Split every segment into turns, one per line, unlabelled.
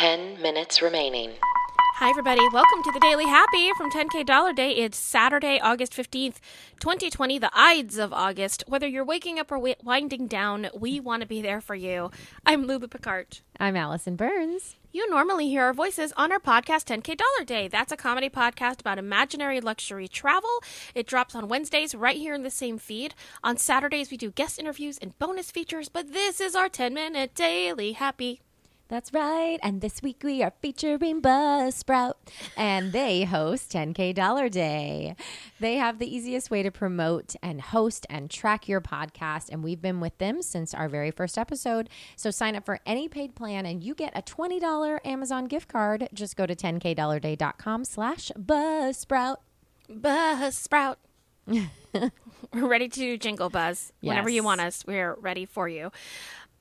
10 minutes remaining.
Hi, everybody. Welcome to the Daily Happy from 10K Dollar Day. It's Saturday, August 15th, 2020, the Ides of August. Whether you're waking up or wi- winding down, we want to be there for you. I'm Luba Picard.
I'm Allison Burns.
You normally hear our voices on our podcast 10K Dollar Day. That's a comedy podcast about imaginary luxury travel. It drops on Wednesdays right here in the same feed. On Saturdays we do guest interviews and bonus features, but this is our 10-minute daily happy.
That's right. And this week we are featuring Buzzsprout, and they host 10K Dollar Day. They have the easiest way to promote and host and track your podcast, and we've been with them since our very first episode. So sign up for any paid plan, and you get a $20 Amazon gift card. Just go to 10kdollarday.com slash Buzzsprout.
Buzzsprout. We're ready to do jingle buzz. Whenever you
Yes.
want us, we're ready for you.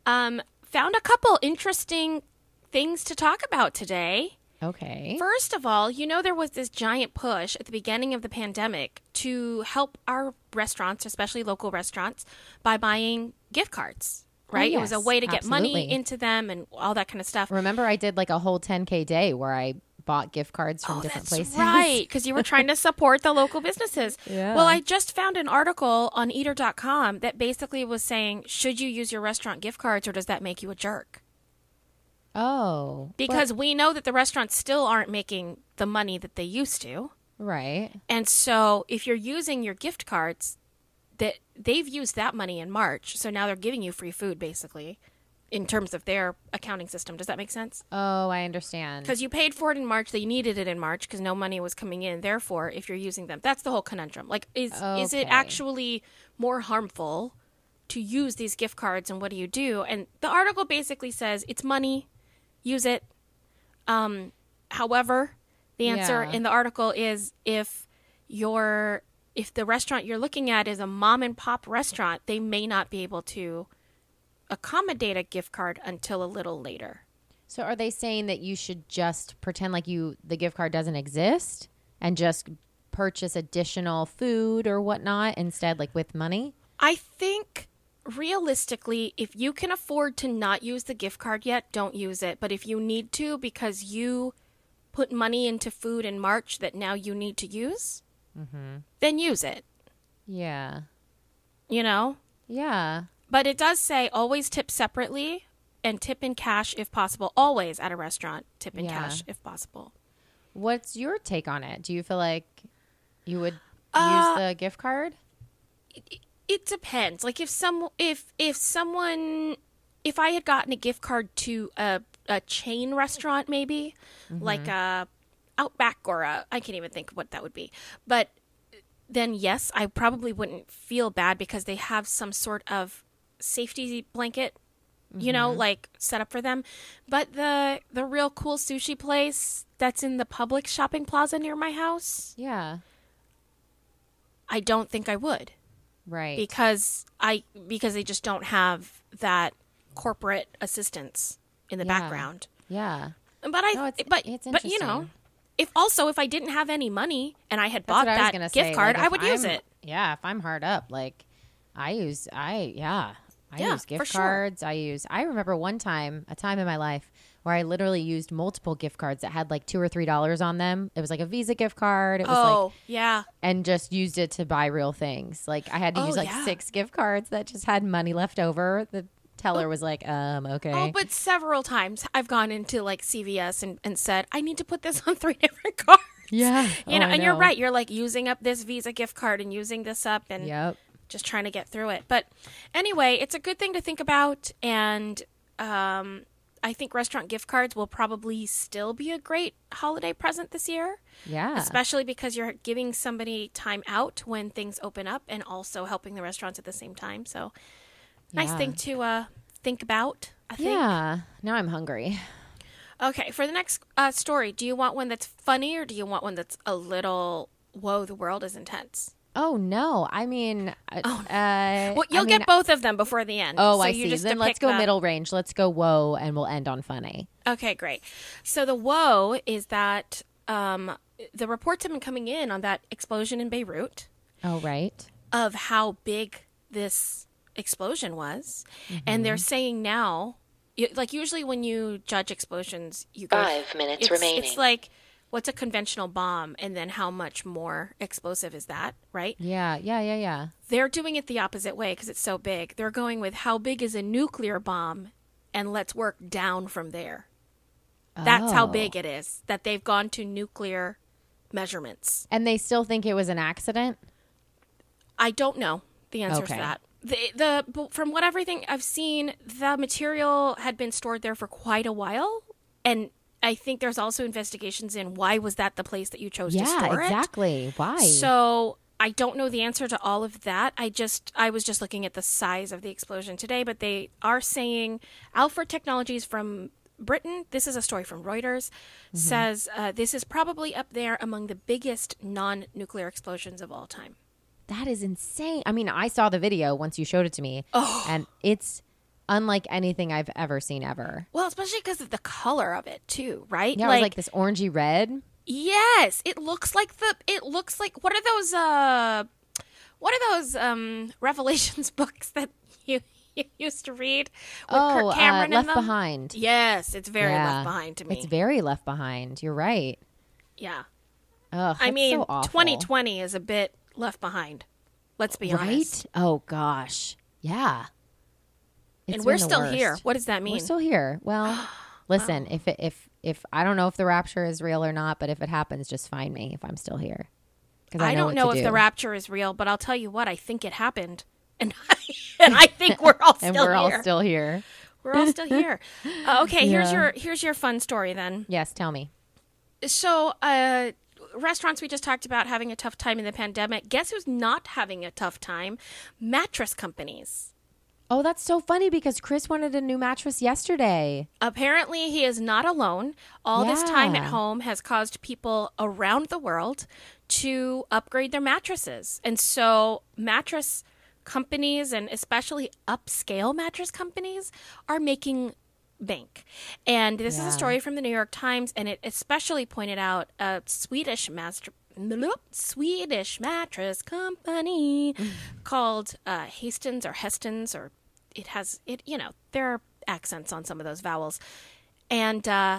Um, found a couple interesting things to talk about today.
Okay.
First of all, you know, there was this giant push at the beginning of the pandemic to help our restaurants, especially local restaurants, by buying gift cards, right? It was a
Oh, yes,
way to get money
absolutely.
into them and all that kind of stuff.
Remember, I did like a whole 10K day where I bought gift cards from different places.
Oh, Right, because you were trying to support the local businesses.
Yeah.
Well, I just found an article on eater.com that basically was saying, should you use your restaurant gift cards or does that make you a jerk?
Oh.
Because we know that the restaurants still aren't making the money that they used to.
Right.
And so if you're using your gift cards, that they've used that money in March, so now they're giving you free food basically in terms of their accounting system. Does that make sense?
Oh, I understand.
Because you paid for it in March, they needed it in March because no money was coming in. Therefore, if you're using them, that's the whole conundrum. Like, is is it
Okay.
actually more harmful to use these gift cards, and what do you do? And the article basically says it's money, use it. Um, however, the answer
Yeah.
in the article is if your if the restaurant you're looking at is a mom and pop restaurant, they may not be able to accommodate a gift card until a little later.
So, are they saying that you should just pretend like you the gift card doesn't exist and just purchase additional food or whatnot instead, like with money?
I think realistically, if you can afford to not use the gift card yet, don't use it. But if you need to because you put money into food in March that now you need to use, then use it,
Yeah.
you know?
Yeah.
But it does say always tip separately and tip in cash if possible. Always at a restaurant, tip in
Yeah.
cash if possible.
What's your take on it? Do you feel like you would use the gift card?
it depends like if some if if someone if i had gotten a gift card to a, a chain restaurant maybe like a outback or a i can't even think what that would be but then yes i probably wouldn't feel bad because they have some sort of safety blanket you know like set up for them but the the real cool sushi place that's in the public shopping plaza near my house
Yeah.
i don't think i would
Right.
because I because they just don't have that corporate assistance in the
Yeah.
background.
yeah.
But I
No, it's-
but
it's
but you know,
interesting.
if also if I didn't have any money and I had
That's
bought
what I was
that
gonna
gift
say. like,
card, I
if
would use
I'm-
it.
Yeah, if I'm hard up, like I use I yeah. I
Yeah,
use
for
gift
sure.
cards. I use I remember one time, a time in my life where I literally used multiple gift cards that had like two or three dollars on them. It was like a Visa gift card. It was
Oh
like
yeah,
and just used it to buy real things. Like I had to
Oh,
use like
yeah.
six gift cards that just had money left over. The teller was like, um, okay.
Oh, but several times I've gone into like CVS and, and said, I need to put this on three different cards.
Yeah.
You
Oh,
know,
I
and you're right. You're like using up this Visa gift card and using this up and
Yep.
just trying to get through it. But anyway, it's a good thing to think about. And um, I think restaurant gift cards will probably still be a great holiday present this year,
Yeah.
especially because you're giving somebody time out when things open up and also helping the restaurants at the same time. So, nice
Yeah.
thing to uh, think about, I think.
yeah. Now I'm hungry.
Okay, for the next uh, story, do you want one that's funny or do you want one that's a little, whoa, the world is intense?
Oh no! I mean, oh, uh,
Well,
I
you'll
mean,
get both of them before the end.
Oh,
So
I
you
see.
just
Then
to
let's
pick
go
the-
middle range. Let's go whoa, and we'll end on funny.
Okay, great. So the woe is that um, the reports have been coming in on that explosion in Beirut
Oh, right.
of how big this explosion was, and they're saying now You, like usually when you judge explosions, you go
Five minutes
it's,
remaining.
It's like what's a conventional bomb, and then how much more explosive is that, right?
Yeah, yeah, yeah, yeah.
They're doing it the opposite way because it's so big. They're going with how big is a nuclear bomb, and let's work down from there. That's how
Oh.
big it is. That they've gone to nuclear measurements.
And they still think it was an accident?
I don't know the answer
Okay.
to that. The, the but from what everything I've seen, the material had been stored there for quite a while, and I think there's also investigations in why was that the place that you chose to
yeah,
store
exactly. Why?
it. So I don't know the answer to all of that. I just I was just looking at the size of the explosion today, but they are saying Alfred Technologies from Britain. This is a story from Reuters.
Mm-hmm.
Says uh, this is probably up there among the biggest non-nuclear explosions of all time.
that is insane. I mean, I saw the video once you showed it to me,
Oh.
and it's unlike anything I've ever seen ever.
Well, especially because of the color of it too, right?
Yeah, it was like this orangey red.
yes, it looks like the it looks like what are those uh what are those um Revelations books that you, you used to read with
oh,
Kirk
uh,
Cameron in
Left
them?
Behind.
Yes, it's very
Yeah.
left behind to me.
It's very Left Behind. You're right.
yeah,
Ugh,
I
that's
mean,
so awful.
2020 is a bit left behind. Let's be honest.
right? Oh gosh, yeah. It's
and we're
been the
still here.
worst.
What does that
We're
mean?
still here. Well, listen, if it, if if I don't know if the rapture is real or not, but if it happens, just find me if I'm still here. 'Cause
I,
what
don't
to
know if the
do.
rapture is real, but I'll tell you what, I think it happened. And I, and I think we're all still
and we're
here.
all still here.
We're all still here. Uh, okay, here's your here's your fun story then.
Yes, tell me.
So, uh, restaurants we just talked about having a tough time in the pandemic. Guess who's not having a tough time? Mattress companies.
Oh, that's so funny because Chris wanted a new mattress yesterday.
Apparently, he is not alone. All this time at
Yeah.
home has caused people around the world to upgrade their mattresses, and so mattress companies and especially upscale mattress companies are making bank. And this is
Yeah.
a story from the New York Times, and it especially pointed out a Swedish master. Swedish mattress company
Mm.
called uh, Hastings or Hestons or it has it you know there are accents on some of those vowels and uh,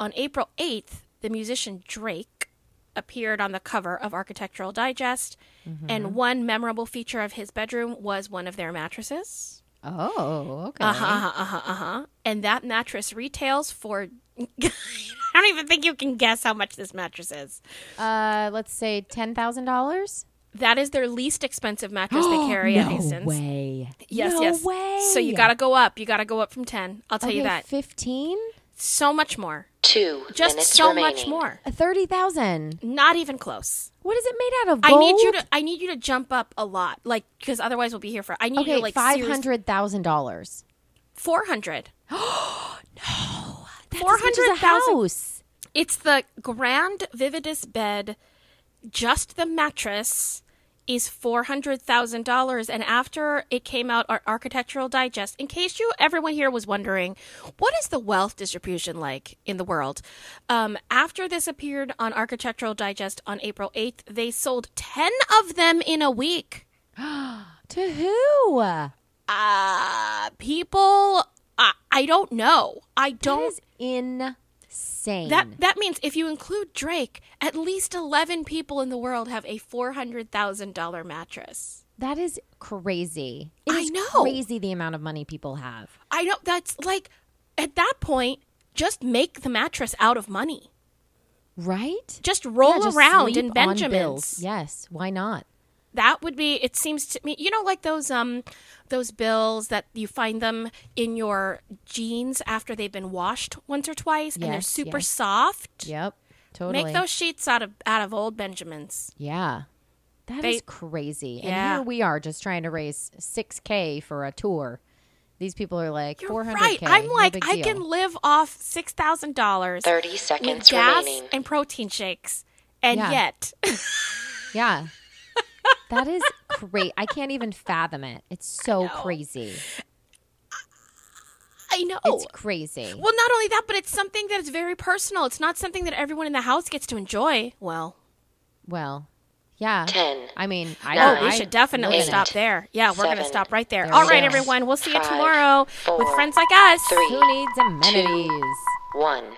on April 8th the musician Drake appeared on the cover of Architectural Digest
Mm-hmm.
and one memorable feature of his bedroom was one of their mattresses Uh-huh,
Oh, okay.
Uh, and that mattress retails for I don't even think you can guess how much this mattress is.
Uh, let's say ten thousand dollars.
That is their least expensive mattress they carry at Hastings.
way.
Yes,
no
yes.
Way.
So you got to go up. You got to go up from 10. I'll tell
okay,
you that.
fifteen.
So much more.
Two
Just
minutes
so
remaining.
much more.
Thirty thousand.
Not even close.
What is it made out of?
I need you
gold?
to I need you to jump up a lot like cuz otherwise we'll be here for I need you
Okay,
to like
five hundred thousand dollars.
400.
That's
Four hundred thousand.
house.
It's the grand vividus bed. Just the mattress is four hundred thousand dollars, and after it came out on Architectural Digest, in case you everyone here was wondering, what is the wealth distribution like in the world? Um, after this appeared on Architectural Digest on April eighth, they sold ten of them in a week.
To who? That
Uh, people, I, I don't know. I don't.
is insane.
That that means if you include Drake, at least eleven people in the world have a four hundred thousand dollar mattress.
that is crazy. It
I
is
know.
Crazy the amount of money people have.
I don't. That's like at that point, just make the mattress out of money.
Right?
Just roll
Yeah, just
around
sleep
in
on
Benjamins.
bills. Yes. Why not?
That would be. It seems to me, you know, like those um, those bills that you find them in your jeans after they've been washed once or twice, and they're
Yes,
super
yes.
soft.
Yep. Totally.
Make those sheets out of out of old Benjamins.
Yeah. that is
They-
crazy.
Yeah.
And here we are just trying to raise 6K for a tour. These people are like
You're
400K.
right. I'm
no
like,
big
I
deal.
can live off six thousand dollars
30
with
seconds
gas
remaining.
and protein shakes, and
Yeah.
yet
Yeah. That is great. I can't even fathom it. It's so crazy.
I know.
It's crazy.
well, not only that, but it's something that is very personal. It's not something that everyone in the house gets to enjoy. Well,
Well, Yeah.
Ten.
I mean, I,
Nine.
Oh, we
I
should definitely
live in
stop
it.
there. Yeah, we're going to
Seven,
stop right there.
There
All
we
right,
go.
everyone. We'll see you
Five,
tomorrow with
four,
friends like us.
three.
Who needs amenities?
One.